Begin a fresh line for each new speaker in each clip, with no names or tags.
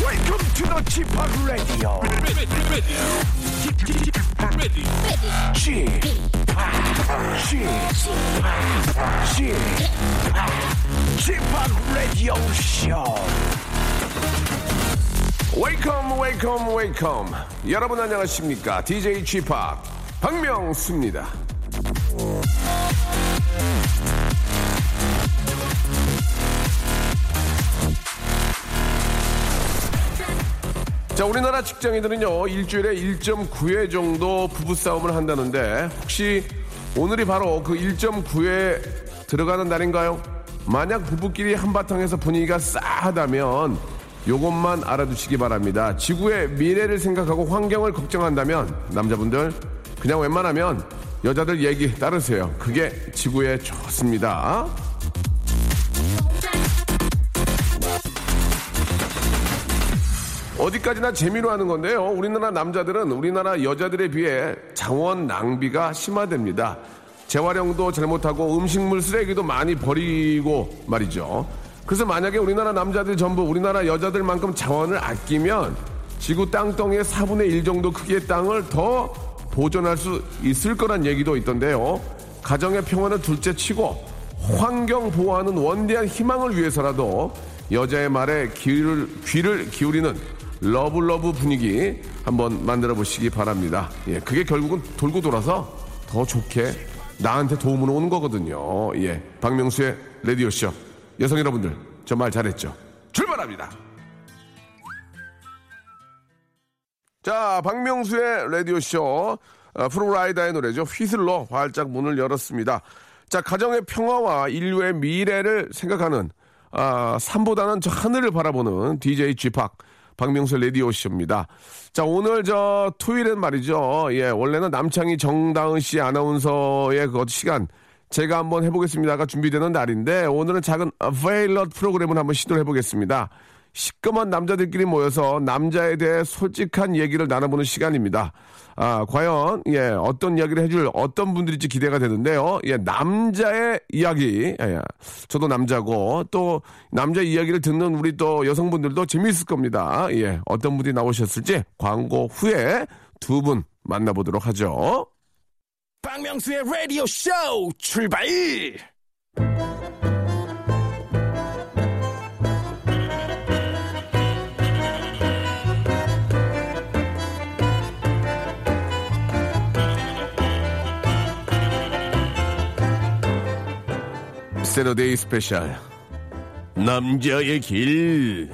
Welcome to the Chip Radio. Chip, Chip, Chip Radio Show. Welcome, welcome, welcome. 여러분 안녕하십니까? DJ Chip 박명수입니다. 자, 우리나라 직장인들은요, 일주일에 1.9회 정도 부부싸움을 한다는데, 혹시 오늘이 바로 그 1.9회 들어가는 날인가요? 만약 부부끼리 한바탕에서 분위기가 싸하다면, 요것만 알아두시기 바랍니다. 지구의 미래를 생각하고 환경을 걱정한다면, 남자분들, 그냥 웬만하면 여자들 얘기 따르세요. 그게 지구에 좋습니다. 어디까지나 재미로 하는 건데요. 우리나라 남자들은 우리나라 여자들에 비해 자원 낭비가 심화됩니다. 재활용도 잘못하고 음식물 쓰레기도 많이 버리고 말이죠. 그래서 만약에 우리나라 남자들 전부 우리나라 여자들만큼 자원을 아끼면 지구 땅덩이의 4분의 1 정도 크기의 땅을 더 보존할 수 있을 거란 얘기도 있던데요. 가정의 평화는 둘째 치고 환경 보호하는 원대한 희망을 위해서라도 여자의 말에 귀를, 귀를 기울이는 러블러브 분위기 한번 만들어 보시기 바랍니다. 예, 그게 결국은 돌고 돌아서 더 좋게 나한테 도움으로 오는 거거든요. 예, 박명수의 레디오쇼. 여성 여러분들, 저 말 잘했죠? 출발합니다! 자, 박명수의 라디오쇼, 아, 프로라이다의 노래죠. 휘슬러 활짝 문을 열었습니다. 자, 가정의 평화와 인류의 미래를 생각하는, 아, 산보다는 저 하늘을 바라보는 DJ 쥐팍, 박명수 라디오쇼입니다. 자, 오늘 저 토요일엔 말이죠. 예, 원래는 남창희 정다은 씨 아나운서의 그 시간, 제가 한번 해보겠습니다가 준비되는 날인데 오늘은 작은 페일럿 프로그램을 한번 시도를 해보겠습니다. 시꺼먼 남자들끼리 모여서 남자에 대해 솔직한 얘기를 나눠보는 시간입니다. 아, 과연, 예, 어떤 이야기를 해줄 어떤 분들일지 기대가 되는데요. 예, 남자의 이야기. 예, 저도 남자고, 또, 남자 이야기를 듣는 우리 또 여성분들도 재미있을 겁니다. 예, 어떤 분이 나오셨을지 광고 후에 두 분 만나보도록 하죠.
박명수의 라디오 쇼 출발!
세러데이 스페셜 남자의 길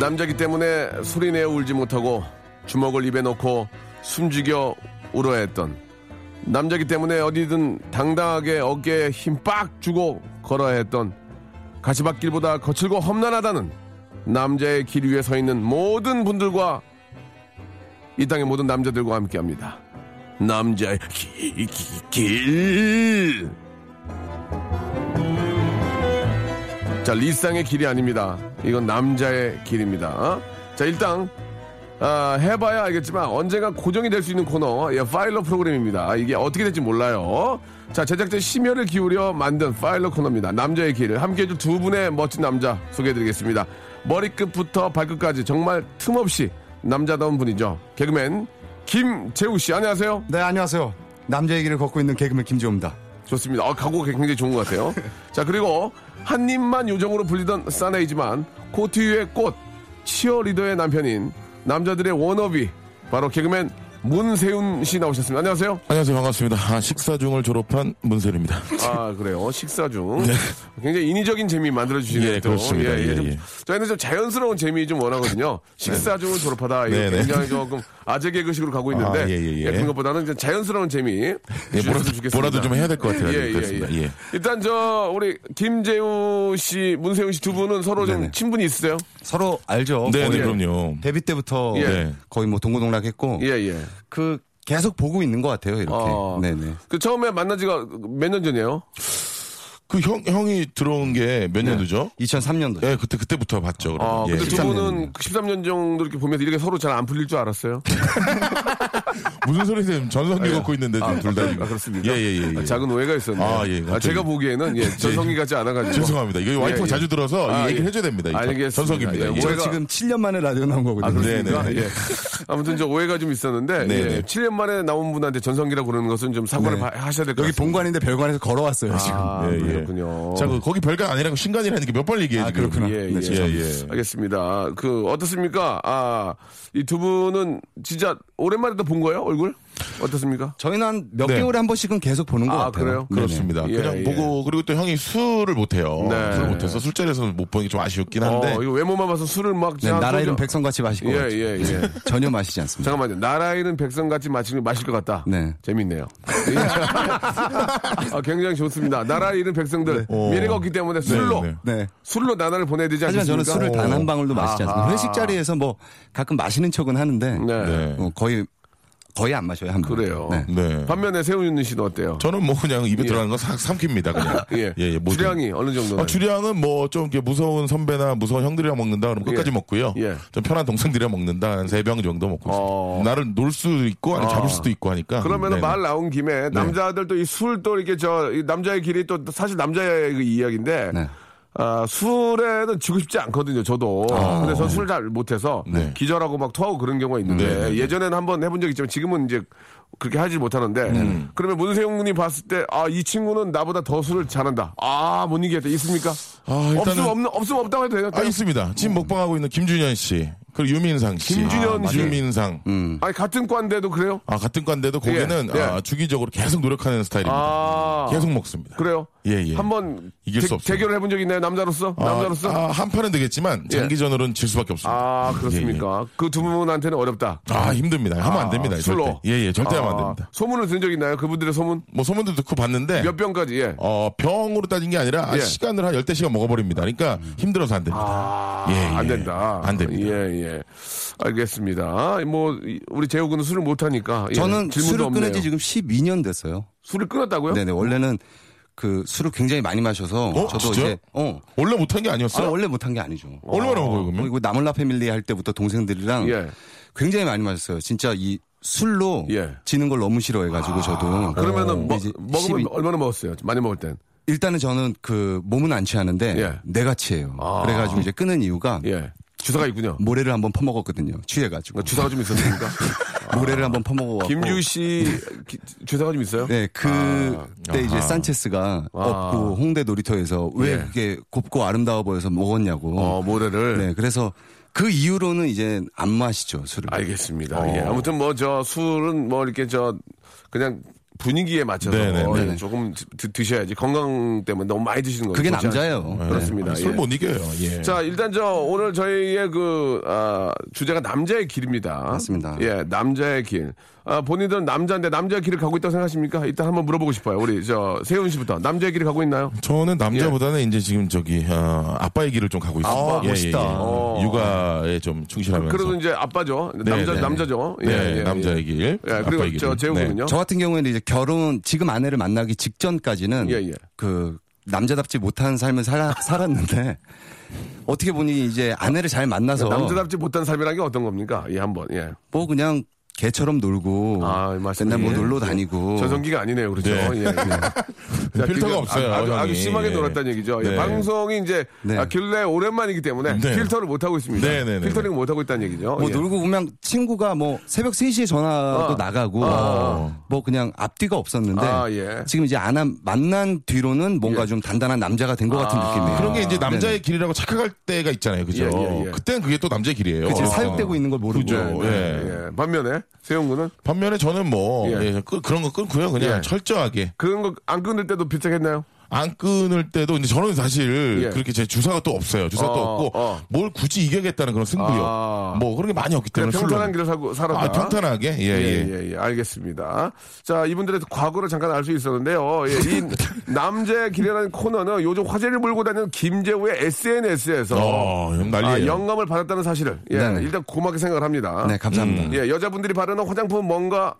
남자기 때문에 소리내어 울지 못하고 주먹을 입에 넣고 숨죽여 울어야 했던 남자기 때문에 어디든 당당하게 어깨에 힘 빡 주고 걸어야 했던 가시밭길보다 거칠고 험난하다는 남자의 길 위에 서 있는 모든 분들과 이 땅의 모든 남자들과 함께 합니다. 남자의 기, 기, 길. 자, 리쌍의 길이 아닙니다. 이건 남자의 길입니다. 자, 일단, 아, 해봐야 알겠지만 언젠가 고정이 될 수 있는 코너, 예, 파일러 프로그램입니다. 이게 어떻게 될지 몰라요. 자, 제작자 심혈을 기울여 만든 파일러 코너입니다. 남자의 길을 함께 해줄 두 분의 멋진 남자 소개해드리겠습니다. 머리끝부터 발끝까지 정말 틈없이 남자다운 분이죠. 개그맨 김재우 씨, 안녕하세요.
네, 안녕하세요. 남자의 길을 걷고 있는 개그맨 김지호입니다.
좋습니다. 아, 각오가 굉장히 좋은 것 같아요. 자, 그리고 한 입만 요정으로 불리던 사나이지만 코트 위의 꽃, 치어리더의 남편인 남자들의 워너비, 바로 개그맨 문세훈 씨 나오셨습니다. 안녕하세요.
안녕하세요 반갑습니다. 아, 식사 중을 졸업한 문세윤입니다.
아 그래요 식사 중 굉장히 인위적인 재미 만들어 주시네요.
네. 예, 그렇습니다. 예,
좀
예.
저희는 좀 자연스러운 재미 좀 원하거든요. 식사 중을 졸업하다 이거
네, 네.
굉장히 조금 아재 개그식으로 가고 있는데
아, 예, 예, 예.
그런 것보다는 좀 자연스러운 재미
예,
주셨으면
뭐라도,
네, 좋겠습니다.
뭐라도 좀 해야 될 것 같아요.
예, 예,
그렇습니다.
예.
예.
일단 저 우리 김재우 씨, 문세윤 씨 두 분은 서로 좀
네네.
친분이 있으세요?
서로 알죠.
네, 네,
거의
그럼요.
데뷔 때부터
예.
거의 뭐 동고동락했고
예, 예.
그 계속 보고 있는 것 같아요. 이렇게.
어.
네네.
그 처음에 만난 지가 몇 년 전이에요?
그 형, 형이 들어온 게 몇 년도죠?
2003년도.
예, 그때, 그때부터 봤죠. 그러면.
네. 아,
예.
근데 두
13년.
분은 13년 정도 이렇게 보면서 이렇게 서로 잘 안 풀릴 줄 알았어요?
무슨 소리세요? 전성기 걷고 있는데, 지금 둘 다. 지금.
예. 아, 그렇습니다.
예, 예, 예. 예.
아, 작은 오해가 있었네요.
아, 예, 갑자기.
제가 보기에는 예, 전성기 같지 않아가지고.
죄송합니다. 이거 와이프가
예, 예.
자주 들어서
아,
이 얘기를
예.
해줘야 됩니다. 이거
알겠습니다.
전성기입니다.
예,
예.
오해가-
저 지금 7년 만에 라디오 나온 거거든요.
네, 네, 네.
예. 아무튼 저 오해가 좀 있었는데
네,
예,
네.
7년 만에 나온 분한테 전성기라고 그러는 것은 좀 사과를 바- 하셔야 될 것
여기
같습니다.
본관인데 별관에서 걸어왔어요. 지금.
아,
예, 예.
그렇군요.
자, 그, 거기 별거 아니라고 신간이라는 게 몇 번 얘기해, 지금.
그렇구나.
예,
네,
예.
죄송합니다.
알겠습니다. 그 어떻습니까? 아, 이 두 분은 진짜 오랜만에 또 본 거예요? 얼굴? 어떻습니까?
저희는 한 몇
네.
개월에 한 번씩은 계속 보는 것
아,
같아요.
그래요?
네네.
그렇습니다.
예,
그냥
예.
보고, 그리고 또 형이 술을 못해요.
네.
술을 못해서 술자리에서 못 보는 게 좀 아쉬웠긴 한데.
어, 이거 외모만 봐서 술을 막
네,
그냥
나라
소주-
이름 백성같이 마실 것
예,
같아요. 네.
예, 예.
전혀 마시지 않습니다.
잠깐만요. 나라에는 백성같이 마실, 마실 것 같다.
네.
재밌네요. 예. 아, 굉장히 좋습니다. 나라 잃은 백성들
네.
미래가 없기 때문에 술로
네.
네.
술로 나라를 보내야 되지 않습니까? 어.
하지만 저는 술을 단 한 방울도 마시지 않습니다.
아하.
회식 자리에서 뭐 가끔 마시는 척은 하는데
네.
네.
어, 거의 거의 안 마셔요 한 번.
그래요.
네.
네.
반면에 세훈 씨는 어때요?
저는 뭐 그냥 입에 들어가는 거 삭- 삼킵니다, 그냥.
예.
뭐든.
주량이 어느 정도?
아, 주량은 뭐 좀 이렇게 무서운 선배나 무서운 형들이랑 먹는다 그러면 끝까지
예.
먹고요.
예.
좀 편한 동생들이랑 먹는다 한 세 병 정도 먹고
어.
있습니다. 나를 놀 수도 있고 아니면 잡을 수도 있고 하니까.
그러면은
네.
말 나온 김에 남자들 또 이 술 또 이렇게 저이 남자의 길이 또 사실 남자의 그 이야기인데
네.
아, 술에는 지고 싶지 않거든요, 저도.
아.
근데 전 술 잘 못해서
네.
기절하고 막 토하고 그런 경우가 있는데 예전에는 한번 해본 적 있지만 지금은 이제 그렇게 하지 못하는데
네.
그러면 문세웅 군이 봤을 때 아, 이 친구는 나보다 더 술을 잘한다. 아, 못 이기겠다. 있습니까?
아, 일단은-
없으면 없는 없으면 없다고 해도 돼요.
아, 있습니다. 지금 먹방하고 있는 김준현 씨 그리고 유민상 씨.
음. 김준현
아,
씨.
유민상.
아니 같은 과인데도 그래요?
아 같은 관데도 고기는
예.
아, 주기적으로 계속 노력하는 스타일입니다.
아.
계속 먹습니다.
그래요?
예, 예.
한번
이길 수 없어요.
대결을 해본 적 있나요? 남자로서?
아,
남자로서? 예. 아,
아, 한 판은 되겠지만 장기전으로는 질 수밖에 없습니다.
그렇습니까? 그 두 분한테는 어렵다.
예, 예. 아 힘듭니다. 하면 안 됩니다.
아, 술로.
절대. 예예 절대 하면 안
아,
됩니다.
소문을 들은 적 있나요? 그분들의 소문?
뭐 소문도 듣고 봤는데
몇 병까지? 예.
어, 병으로 따진 게 아니라 아,
예. 음.
시간을 한 10대시간 먹어버립니다. 그러니까 힘들어서 안 됩니다. 예, 예.
아, 안 된다.
안 됩니다.
예, 예. 알겠습니다. 뭐, 이- 우리 재욱은 술을 못하니까. 예,
저는
질문도
술을 끊은 지
없네요.
지금 12년 됐어요.
술을 끊었다고요?
네네 원래는 그 술을 굉장히 많이 마셔서
어?
저도
진짜요?
이제 어
원래 못한 게
아,
아니었어요?
원래 못한 게 아니죠.
얼마나 먹어요, 그러면?
그리고 나몰라 패밀리 할 때부터 동생들이랑
예.
굉장히 많이 마셨어요. 진짜 이 술로
예. 아,
지는 걸 너무 싫어해가지고 저도
그러면은 뭐,
어,
먹,
이제
먹으면
12
얼마나 먹었어요? 많이 먹을 땐.
일단은 저는 그 몸은 안 취하는데
예.
내가 취해요. 그래가지고 이제 끊은 이유가
예. 주사가 있군요.
모래를 한번 퍼먹었거든요.
뭐-
취해가지고
주사가 좀 있었습니까?
모래를 한번 퍼먹어.
김규 씨
어.
기- 주사가 좀 있어요?
네,
아.
그때 이제 산체스가 업고 홍대 놀이터에서 왜
예.
그게 곱고 아름다워 보여서 먹었냐고.
어, 모래를.
네, 그래서 그 이후로는 이제 안 마시죠 술을.
알겠습니다. 예.
어.
아무튼 뭐 저 술은 뭐 이렇게 저 그냥 분위기에 맞춰서
네네네.
예, 조금 드, 드셔야지 건강 때문에 너무 많이 드시는 거예요.
그게
좋지 않-
남자예요.
예.
그렇습니다.
아니,
예.
술못 이겨요. 예.
자 일단 저 오늘 저희의 그 아, 주제가 남자의 길입니다.
맞습니다.
예, 남자의 길. 아, 본인들은 남자인데 남자의 길을 가고 있다고 생각하십니까? 일단 한번 물어보고 싶어요. 우리 저 세훈 씨부터 남자의 길을 가고 있나요?
저는
예.
남자보다는 이제 지금 저기 어, 아빠의 길을 좀 가고 있습니다. 예,
아빠, 멋있다.
어.
육아에 좀 충실하면서.
그래도 이제 아빠죠.
네,
남자
네.
남자죠. 예,
네,
예,
남자의
예.
길.
예,
아빠의
그리고
길.
저
네.
재훈군요.
저 같은 경우에는 이제 결혼 지금 아내를 만나기 직전까지는
예, 예.
그 남자답지 못한 삶을 살아, 살았는데 어떻게 보니 이제 아내를 잘 만나서
남자답지 못한 삶이라는 게 어떤 겁니까? 예, 한번. 예.
뭐 그냥 개처럼 놀고
아, 맞습니다.
맨날 뭐
예.
놀러 다니고
전성기가 아니네요, 그렇죠?
어. 네.
예, 예. 자,
필터가
그게
없어요,
아주, 아주
형이.
심하게 놀았다는 얘기죠. 예,
네.
방송이 이제
네.
아, 근래 오랜만이기 때문에
네.
필터를 못 하고 있습니다.
네, 네, 네,
필터링 못 하고 있다는 얘기죠.
뭐
어,
예.
놀고 보면 친구가 뭐 새벽 3시에 전화도
아.
나가고
아.
뭐 그냥 앞뒤가 없었는데
아, 예.
지금 이제 안 한- 만난 뒤로는 뭔가 좀 단단한 남자가 된 것 같은 느낌이에요.
예. 아. 그런 게 이제
네네.
남자의 길이라고 착각할 때가 있잖아요. 그죠?
아, 예, 예, 예.
그때는 그게 또 남자의 길이에요.
그치,
어.
사육되고 있는 걸 모르고.
그죠. 예.
예. 반면에 세용군은
반면에 저는 뭐
예.
예, 끄- 그런 거 끊고요. 그냥
예.
철저하게
그런 거 안 끊을 때도 필적했나요?
안 끊을 때도 이제 저는 사실
예.
그렇게 제 주사가 또 없어요. 주사 또
어,
없고
어.
뭘 굳이 이겨야겠다는 그런 승부욕
아.
뭐 그런 게 많이 없기
그냥
때문에
평탄한
술로-
길을 사고 살아라.
아, 평탄하게 예, 예.
예, 예, 예, 알겠습니다. 자, 이분들의 과거를 잠깐 알 수 있었는데요. 예, 이 남자의 길이라는 코너는 요즘 화제를 몰고 다니는 김재우의 SNS에서
어, 형 난리예요.
아, 영감을 받았다는 사실을 예,
네네.
일단 고맙게 생각을 합니다.
네, 감사합니다.
음,
예, 여자분들이 바르는 화장품 뭔가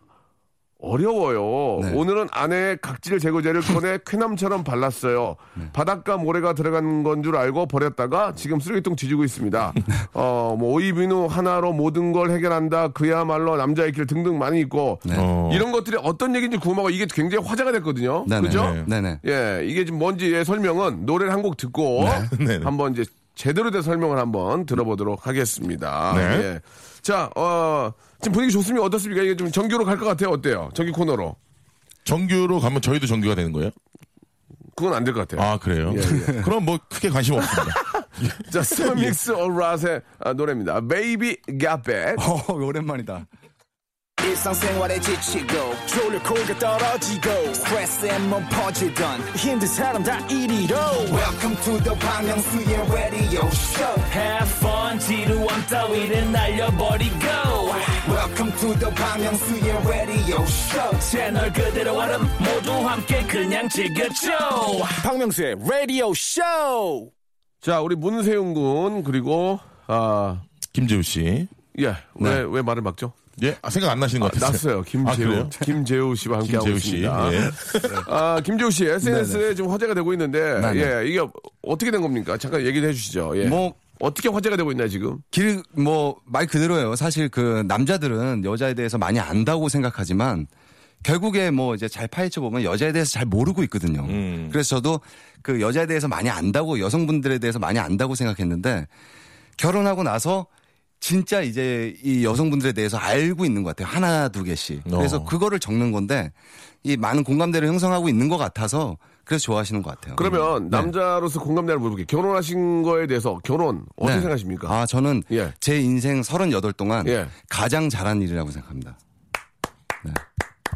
어려워요.
네.
오늘은 아내의 각질 제거제를 꺼내 쾌남처럼 발랐어요.
네.
바닷가 모래가 들어간 건 줄 알고 버렸다가 지금 쓰레기통 뒤지고 있습니다.
네.
어, 뭐 오이비누 하나로 모든 걸 해결한다. 그야말로 남자의 길 등등 많이 있고
네.
어.
이런 것들이 어떤 얘기인지 궁금하고 이게 굉장히 화제가 됐거든요.
네네.
그죠?
네네.
예, 이게 지금 뭔지 예, 설명은 노래를 한 곡 듣고
네네.
한번 이제 제대로 된 설명을 한번 들어보도록 하겠습니다.
네.
예. 자, 어, 지금 분위기 좋습니까? 어떻습니까? 이게 좀 정규로 갈 것 같아요. 어때요? 정규 코너로.
정규로 가면 저희도 정규가 되는 거예요?
그건 안 될 것 같아요.
아 그래요?
예.
그럼 뭐 크게 관심 없습니다.
자, 스믹스 올라스의 아, 노래입니다. Baby Got Back.
어, 오랜만이다.
일상생활에 지치고, 졸려 코가 떨어지고, 스트레스에 몸 퍼지던, 힘든 사람 다 이리로. welcome to the Bang Myung-soo's radio show have fun tido i'm welcome to the Bang Myung-soo's radio show Channel good that i want 박명수의 radio show
자, 우리 문세윤 군, 그리고, 아,
김재우 씨.
예, 왜, 왜 말을 막죠?
예, 아, 생각 안 나시는 것 네. 같아요.
났어요.
아,
김재우.
그래요?
김재우 씨와 함께 하고
김재우 씨.
있습니다.
예.
아, 김재우 씨 SNS에 지금 화제가 되고 있는데
네네.
예, 이게 어떻게 된 겁니까? 잠깐 얘기를 해 주시죠. 예.
뭐-
어떻게 화제가 되고 있나요, 지금?
길, 뭐, 말 그대로예요. 사실 그 남자들은 여자에 대해서 많이 안다고 생각하지만 결국에 뭐 이제 잘 파헤쳐 보면 여자에 대해서 잘 모르고 있거든요. 그래서 저도 그 여자에 대해서 많이 안다고 여성분들에 대해서 많이 안다고 생각했는데 결혼하고 나서 진짜 이제 이 여성분들에 대해서 알고 있는 것 같아요. 하나, 두 개씩. 그래서
어.
그거를 적는 건데 이 많은 공감대를 형성하고 있는 것 같아서 그래서 좋아하시는 것 같아요. 네.
그러면 남자로서 공감대를 물어볼게요. 결혼하신 거에 대해서 결혼 어떻게
네.
생각하십니까?
아, 저는
예.
제 인생 38 동안
예.
가장 잘한 일이라고 생각합니다.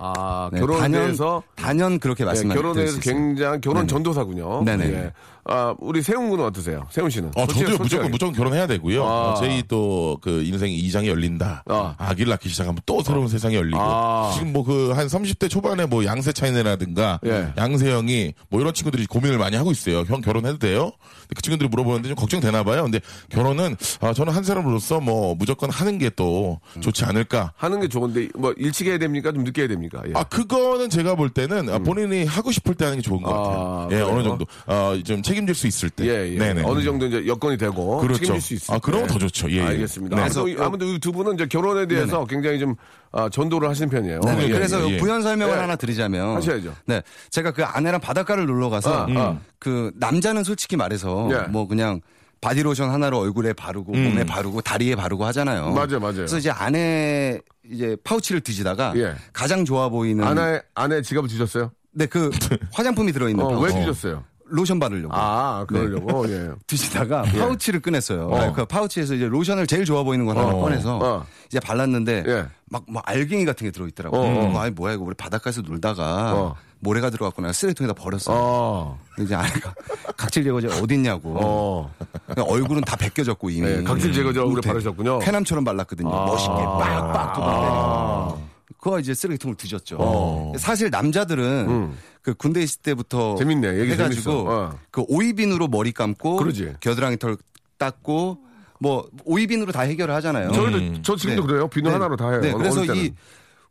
아,
네,
결혼에
단연-
대해서
단연 그렇게
예,
말씀하셨어요.
결혼에 대해서 굉장히 결혼 전도사군요.
네네.
예. 아, 우리 세훈 군은 어떠세요? 세훈 씨는?
어,
솔직히-
저도
솔직하게.
무조건, 무조건 결혼해야 되고요.
아.
어, 제이 또 그 인생 2장이 열린다.
아.
아. 기를 낳기 시작하면 또 새로운 세상이 열리고.
아.
지금 뭐 그 한 30대 초반에 뭐 양세 차이네라든가
예.
양세형이 뭐 이런 친구들이 고민을 많이 하고 있어요. 형 결혼해도 돼요? 근데 그 친구들이 물어보는데 좀 걱정되나 봐요. 근데 결혼은 아, 저는 한 사람으로서 뭐 무조건 하는 게 또
음.
좋지 않을까.
하는 게 좋은데 뭐 일찍 해야 됩니까? 좀 늦게 해야 됩니까? 예.
아 그거는 제가 볼 때는 아, 본인이 하고 싶을 때 하는 게 좋은 것
음. 아,
같아요. 예
그래요?
어느 정도 어, 좀 책임질 수 있을 때.
예, 예. 어느 정도 이제 여건이 되고
네. 그렇죠.
책임질 수 있어요.
아, 그런 건더 좋죠. 예, 예.
알겠습니다.
네.
아무튼, 이- 아무튼 이 두 분은 이제 결혼에 대해서 굉장히 좀 아, 전도를 하시는 편이에요.
네,
예,
그래서
예, 예.
부연 설명을
예.
하나 드리자면
하셔야죠.
네, 제가 그 아내랑 바닷가를 놀러
아,
가서
아.
그 남자는 솔직히 말해서
예.
뭐 그냥 바디로션 하나로 얼굴에 바르고 몸에 바르고 다리에 바르고 하잖아요.
맞아요, 맞아요.
그래서 이제 아내 이제 파우치를 뒤지다가
예.
가장 좋아 보이는
아내 아내 지갑을 뒤졌어요?
네, 그 화장품이 네, 들어 네. 있는
어, 왜
파우치.
뒤졌어요?
로션 바르려고.
아, 그러려고. 예.
드시다가 파우치를 꺼냈어요. 그 파우치에서 이제 로션을 제일 좋아 보이는 걸 하나
어.
꺼내서
어.
이제 발랐는데
예.
막, 막 알갱이 같은 게 들어있더라고요.
어,
음. 아니 뭐야 이거 우리 바닷가에서 놀다가
어.
모래가 들어갔고 내가 쓰레기통에다 버렸어. 요
어.
이제 아내가 각질 제거제 어딨냐고.
어.
그냥 그러니까 얼굴은 다 벗겨졌고 이미.
네, 각질 제거제 얼굴에
음,
바르셨군요. 아.
쾌남처럼 발랐거든요. 멋있게 빡빡 두번 때리고. 그거 이제 쓰레기통을 뒤졌죠. 사실 남자들은 그 군대 있을 때부터
어. 음. 재밌네. 얘기 재밌어.
해가지고
어.
그 오이빈으로 머리 감고
그러지.
겨드랑이 털 닦고 뭐 오이빈으로 다 해결을 하잖아요.
음. 저희도 저 지금도
네.
그래요. 비누
네.
하나로 다 해요.
네,
어느-
그래서
어느 때는.
이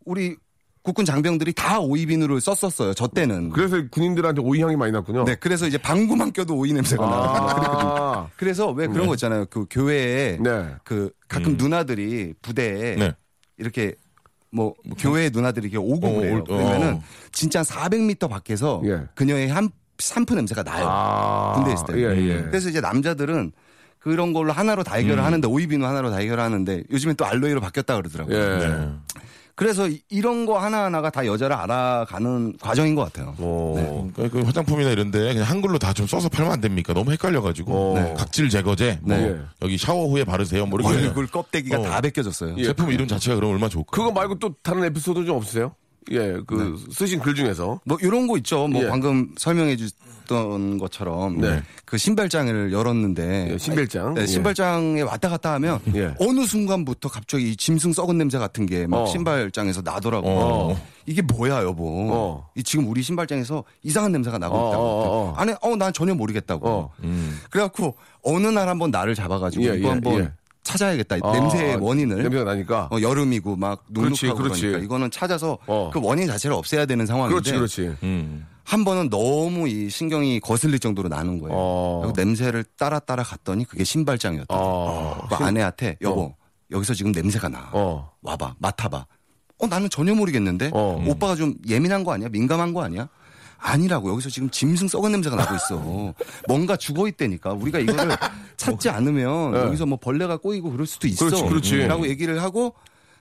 우리 국군 장병들이 다 오이빈으로 썼었어요. 저 때는.
그래서 군인들한테 오이 향이 많이 났군요.
네, 그래서 이제 방구만 껴도 오이 냄새가 나.
아.
그래서 왜 그런 거 있잖아요. 그 교회에
네.
그 가끔 누나들이 부대에
네.
이렇게 뭐 교회 누나들이 이렇게 오고
어,
그래요.
올-
그러면은
어.
진짜 400m 밖에서
예.
그녀의 한 산푸 냄새가 나요.
아,
군대 있을 때. 음.
예, 예.
그래서 이제 남자들은 그런 걸로 하나로 다 해결을 하는데 오이비누 하나로 다 해결하는데 요즘엔 또 알로에로 바뀌었다 그러더라고요.
예.
네. 그래서 이- 이런 거 하나하나가 다 여자를 알아가는 과정인 것 같아요.
오.
네.
그러니까 그 화장품이나 이런데 그냥 한글로 다 좀 써서 팔면 안 됩니까? 너무 헷갈려가지고 네. 각질 제거제, 뭐
어. 네. 예.
여기 샤워 후에 바르세요, 뭐 이렇게
얼굴 껍데기가
어.
다 벗겨졌어요.
제품 이름 자체가 그럼 얼마나 좋을까?
그거 말고 또 다른 에피소드 좀 없으세요? 예, 그
네.
쓰신 글 중에서.
뭐 이런 거 있죠. 뭐
예.
방금 설명해 주던 것처럼
네.
그 신발장을 열었는데
예, 신발장.
네, 신발장에 왔다 갔다 하면
예.
어느 순간부터 갑자기 이 짐승 썩은 냄새 같은 게 막
어.
신발장에서 나더라고.
어.
요 이게 뭐야 여보?
어.
이 지금 우리 신발장에서 이상한 냄새가 나고
어,
있다고.
어, 어.
안에 어 난 전혀 모르겠다고.
어.
그래갖고 어느 날 한번 나를 잡아가지고
예,
이거
예,
한번
예.
찾아야겠다. 이
아,
냄새의 원인을.
냄새가 나니까.
어, 여름이고 막
그렇지,
눅눅하고
그렇지.
그러니까 이거는 찾아서
어.
그 원인 자체를 없애야 되는 상황인데
그렇지, 그렇지.
음.
한 번은 너무 이 신경이 거슬릴 정도로 나는 거예요.
어.
그래서 냄새를 따라 따라 갔더니 그게 신발장이었다.
어.
그 아내한테 여보 여기서 지금 냄새가 나.
어.
와봐 맡아봐. 어 나는 전혀 모르겠는데 음.
어.
오빠가 좀 예민한 거 아니야? 민감한 거 아니야? 아니라고 여기서 지금 짐승 썩은 냄새가 나고 있어. 뭔가 죽어 있다니까 우리가 이거를 찾지 않으면 여기서 뭐 벌레가 꼬이고 그럴 수도 있어.
네.
음.
그렇지, 음. 그렇지.
라고 얘기를 하고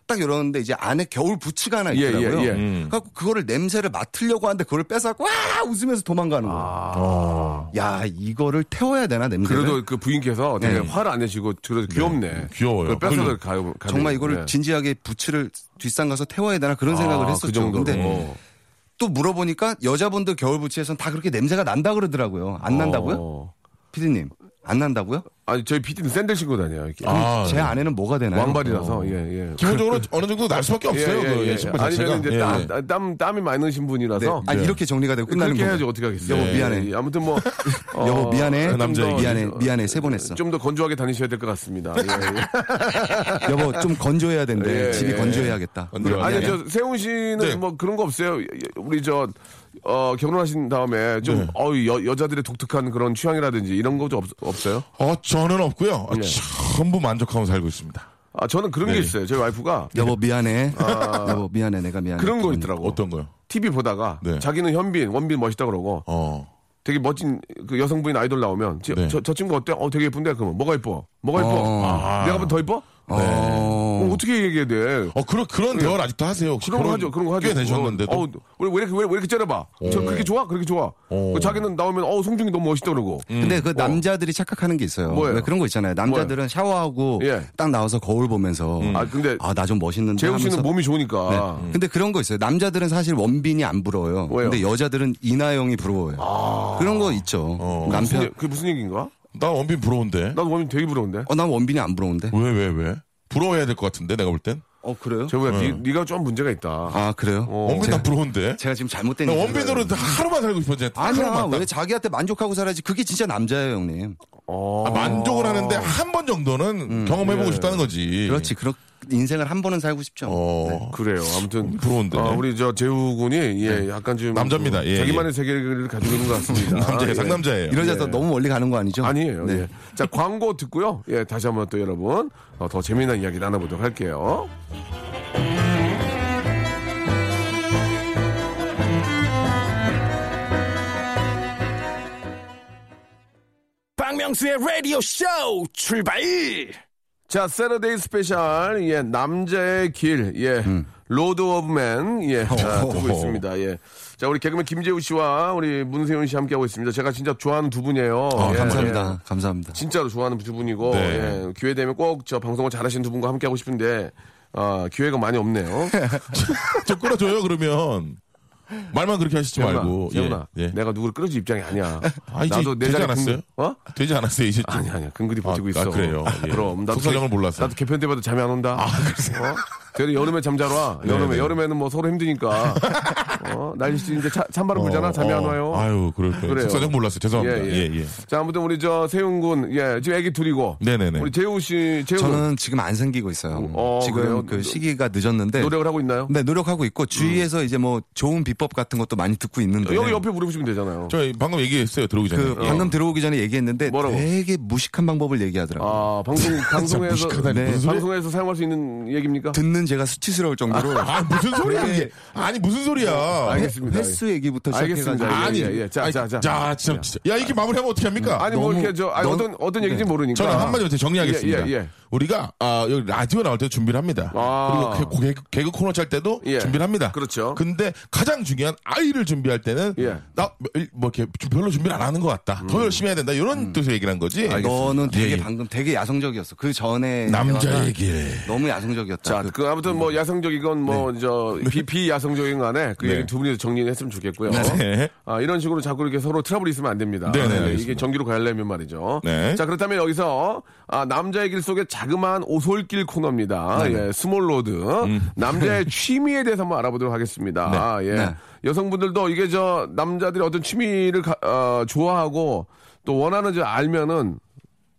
딱 열었는데 이제 안에 겨울 부츠가 하나
예, 예,
있더라고요. 음.
예.
그래갖고 그거를 냄새를 맡으려고 하는데 그걸 뺏어갖고 와 웃으면서 도망가는 거예요. 야 이거를 태워야 되나 냄새를.
아. 그래도 그 부인께서 되게
네. 그러니까
화를 안 내시고 그래도 귀엽네.
귀여워요.
그걸 뺏어서
그리고
가요. 가는
정말 이거를
네.
진지하게 부츠를 뒷산 가서 태워야 되나 그런
아,
생각을 했었죠.
그 정도로.
근데 또 물어보니까 여자분들 겨울 부츠에선 다 그렇게 냄새가 난다 그러더라고요. 안 난다고요?
어.
피디님. 안 난다고요?
아니 저희 PD는 샌들 신고 다녀요. 이렇게.
아,
제
네.
아내는 뭐가 되나요? 어. 네.
왕발이라서 예 예.
기본적으로 어느 정도 날 수밖에 없어요. 그 예, 신발 자체가.
아니면 이제
예, 예.
땀, 땀 땀이 많이 신
네.
분이라서 예.
아, 이렇게 정리가 되고 끝나는
그렇게
거예요.
해야지 어떻게 하겠어요.
여보, 미안해.
예, 아무튼 뭐 어,
여보 미안해.
그 남자
좀 더- 미안해. 미안해. 세 번 했어.
좀 더 건조하게 다니셔야 될 것 같습니다. 예, 예.
여보 좀 건조해야 된대.
예,
집이
예.
건조해야겠다.
건조해야
그럼
아니
미안해.
저 세훈 씨는
네.
뭐 그런 거 없어요. 우리 저 어, 결혼하신 다음에 좀
네.
어우 여, 여자들의 독특한 그런 취향이라든지 이런 거도 없, 없어요?
어, 저는 없고요. 아,
예.
전부 만족하고 살고 있습니다.
아 저는 그런
네.
게 있어요. 저희 와이프가
여보 미안해. 여보 미안해. 내가 미안해.
아. 그런 거 있더라고.
어떤 거요?
TV 보다가
네.
자기는 현빈, 원빈 멋있다 그러고
어.
되게 멋진 그 여성분이 아이돌 나오면 저,
네.
저, 저 친구 어때? 어 되게 예쁜데 그러면 뭐가 예뻐? 뭐가 예뻐?
아.
내가 보면 더 예뻐? 네.
어.
어, 떻게 얘기해야 돼?
어, 그런, 그런 대화를 아직도 하세요. 혹시
그런 거
결혼
하죠. 그런 거 하죠.
꽤 되셨는데.
어, 어, 왜, 왜 이렇게 왜, 왜 이렇게 째려봐? 저 그렇게 좋아? 그렇게 좋아?
어. 음.
그 자기는 나오면 어 송중이 너무 멋있다 그러고.
근데 그 남자들이 착각하는 게 있어요.
어. 뭐예요?
왜 그런 거 있잖아요. 남자들은 샤워하고
예.
딱 나와서 거울 보면서
아, 근데
아 나 좀 멋있는데
재우 씨는
하면서
몸이 좋으니까.
음.
네. 근데 그런 거 있어요. 남자들은 사실 원빈이 안 부러워요.
아. 왜요?
근데 여자들은 이나영이 부러워요. 그런 거 있죠.
어, 무슨, 얘-
남편
그게 무슨 얘기인가?
나 원빈 부러운데.
난 원빈 되게 부러운데.
어 난 원빈이 안 부러운데.
왜, 왜, 왜? 부러워해야 될 것 같은데, 내가 볼 땐.
어 그래요?
재우야,
네.
니- 니가 좀 문제가 있다.
아 그래요?
어.
원빈 나 부러운데.
제가 지금 잘못된
나
얘기를
네, 원빈으로 하루만 살고 싶어, 진짜.
아니야
하루만 딱.
왜 자기한테 만족하고 살아야지 그게 진짜 남자예요 형님
아,
어.
만족을 하는데 한 번 정도는
음,
경험해보고
예.
싶다는 거지.
그렇지 그렇 인생을 한 번은 살고 싶죠
어.
네.
그래요. 아무튼
부러운데. 네.
아, 우리 저 재우 군이 예, 약간 좀
남자입니다.
그
예,
자기만의 세계를 가지고 있는 것 같습니다.
남자예요,
예.
상남자예요.
이러자서 너무 멀리 가는 거 아니죠?
아니에요.
네.
예. 자 광고 듣고요. 예, 다시 한번 또 여러분 어, 더 재미난 이야기 나눠보도록 할게요.
박명수의 라디오 쇼 출발!
자 세러데이 스페셜 예 남자의 길예
음.
로드 오브맨 예 아,
어.
듣고 있습니다. 예. 자 우리 개그맨 김재우 씨와 우리 문세윤 씨 함께 하고 있습니다. 제가 진짜 좋아하는 두 분이에요.
어,
예,
감사합니다.
예.
감사합니다.
진짜로 좋아하는 두 분이고
네.
예, 기회 되면 꼭 저 방송을 잘하시는 두 분과 함께 하고 싶은데 아, 기회가 많이 없네요.
저 끌어줘요, 그러면. 말만 그렇게 하시지 말고.
재훈아,
예, 예.
내가 누굴 끌어줄 입장이 아니야.
아, 이제
나도 내
되지
자리
않았어요?
금- 어?
되지 않았어요, 이제. 좀.
아니 아니야 근근히 버티고
아,
있어.
아, 그래요? 예.
그럼 나도
속사정을 몰라서.
나도 개편 때마다 잠이 안 온다. 아 그래요? 어? 대리 여름에 잠잘 와. 여름에
네.
여름에는 뭐 서로 힘드니까. 어? 날씨 이제 차- 찬바람 불잖아.
어,
잠이 안
어.
와요.
아유, 그럴 거예요.
그래요.
속사정 몰랐어요. 죄송합니다.
예, 예.
예, 예.
자 아무튼 우리 저 세훈 군, 예 지금 애기 둘이고.
네네네.
우리 재우 씨, 재우 는
저는 지금 안 생기고 있어요.
어,
지금
그래요?
그 시기가 늦었는데
노력을 하고 있나요? 음.
네, 노력하고 있고 주위에서 이제 뭐 좋은 비법 같은 것도 많이 듣고 있는데
여기 옆에 물어보시면 되잖아요.
네. 저 방금 얘기했어요. 들어오기 전에.
그 방금 들어오기 전에 얘기했는데
네, 뭐라고?
되게 무식한 방법을 얘기하더라고요.
아 방송 방송에서
무식하다니.
네.
무슨 소리?
방송에서 사용할 수 있는 얘기입니까?
듣는 저는 제가 수치스러울 정도로
아 무슨 소리야 이게? 아니 무슨 소리야?
알겠습니다.
횟수 얘기부터 시작해가지고
알겠습니다.
아니,
예, 예. 자,
아니,
자, 자.
참, 진짜. 야, 이렇게 마무리하면 어떻게 합니까?
아니 뭐
너무-
이렇게 저 아니,
넌-
어떤 어떤 얘기인지 모르니까.
저는 한마디로 제 정리하겠습니다.
아. 예, 예, 예.
우리가 아, 여기 라디오 나올 때 준비를 합니다.
아.
그리고 개, 개, 개그 코너 짤 때도
예.
준비를 합니다.
그렇죠.
근데 가장 중요한 아이를 준비할 때는
예. 음.
나뭐 이렇게 좀 별로 준비를 안 하는 것 같다. 더 열심히 해야 된다. 이런 뜻으로 얘기를 한 거지.
너는 되게
예, 예.
방금 되게 야성적이었어. 그 전에
남자
대화가
얘기를.
너무 야성적이었다.
자, 그 아무튼 뭐 야성적이건 뭐저 비비야성적인 간에 그
네.
얘기 두 분이서 정리를 했으면 좋겠고요.
네.
아, 이런 식으로 자꾸 이렇게 서로 트러블이 있으면 안 됩니다.
네, 네,
예, 이게
알겠습니다.
정기로 가려면 말이죠.
네.
자, 그렇다면 여기서 아, 남자의 길 속에 자그마한 오솔길 코너입니다. 예, 스몰로드. 남자의 취미에 대해서 한번 알아보도록 하겠습니다. 아, 예.
음. 네.
여성분들도 이게 저 남자들이 어떤 취미를 가- 어, 좋아하고 또 원하는 지 알면은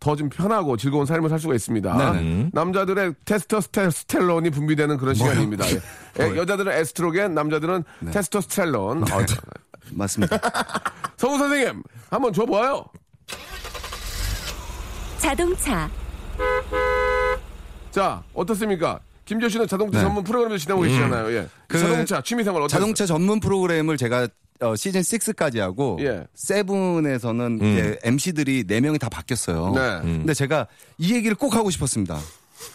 더 좀 편하고 즐거운 삶을 살 수가 있습니다.
네네.
남자들의 테스토스테론이 분비되는 그런 시간입니다. 예. 예, 여자들은 에스트로겐, 남자들은
네.
테스토스테론.
아,
어,
맞습니다.
성우 선생님, 한번 줘봐요.
자동차,
자, 어떻습니까? 김재 씨는 자동차
네.
전문 프로그램에서 지나고 계시잖아요. 예.
그
자동차 취미생활 어떻게?
자동차 전문 프로그램을 제가 어, 시즌 6까지 하고
예.
세븐에서는
음.
이제 MC들이 네 명이 다 바뀌었어요.
네.
근데 제가 이 얘기를 꼭 하고 싶었습니다.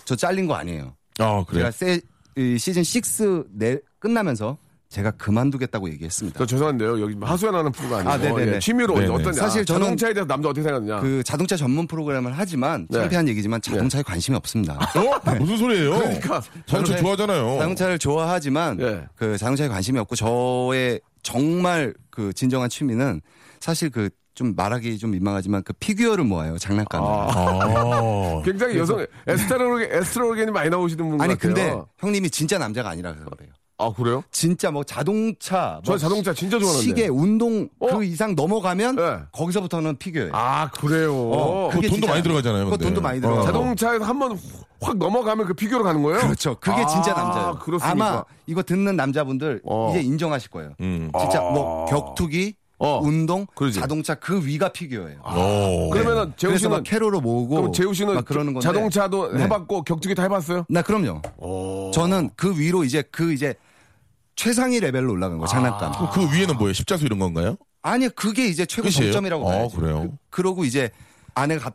저 잘린 거 아니에요.
어, 그래.
제가 세, 이 시즌 6 내, 끝나면서 제가 그만두겠다고 얘기했습니다.
저 죄송한데요. 여기 뭐 하소연하는 프로가 아니고
아, 네네네.
예, 취미로
네네.
어떠냐?
사실 저는-
자동차에 대해서 남자 어떻게 생각하느냐?
그 자동차 전문 프로그램을 하지만
아. 네. 아,
창피한 얘기지만 자동차에 관심이 없습니다.
어? 무슨 소리예요?
그러니까.
자동차 좋아하잖아요.
자동차를 좋아하지만
예.
그 자동차에 관심이 없고 저의 정말 그 진정한 취미는 사실 그 좀 말하기 좀 민망하지만 그 피규어를 모아요 장난감. 을
아.
굉장히 여성 에스트로겐 에스트로겐이 많이 나오시는 분
아니
같아요.
근데 형님이 진짜 남자가 아니라서 그래요.
아 그래요?
진짜 뭐 자동차,
저
뭐
자동차 진짜 좋아하는데.
시계, 운동
어?
그 이상 넘어가면
네.
거기서부터는 피규어예요.
아 그래요.
어,
그거
그게
돈도
진짜-
많이 들어가잖아요,
그거
근데.
돈도 많이 들어가.
어.
자동차에서 한 번 확 넘어가면 그 피규어로 가는 거예요?
그렇죠. 그게 진짜
아,
남자예요.
그렇습니까?
아마 이거 듣는 남자분들
어.
이제 인정하실 거예요.
음.
진짜 뭐 격투기,
어.
운동,
그러지.
자동차 그 위가 피규어예요.
아, 오.
그러면은 재우
그래서
씨는
막 캐롤을 모으고
그럼 재우 씨는
막 그러는 건데
자동차도
네.
해봤고 격투기 다 해봤어요?
나 그럼요. 저는 그 위로 이제 그 이제 최상위 레벨로 올라간 거 장난감.
그럼 그 위에는 뭐예요? 십자수 이런 건가요?
아니 그게 이제 최고
끝이에요?
정점이라고
어,
봐야지.
그래요?
그, 러고 이제 아내가 갔다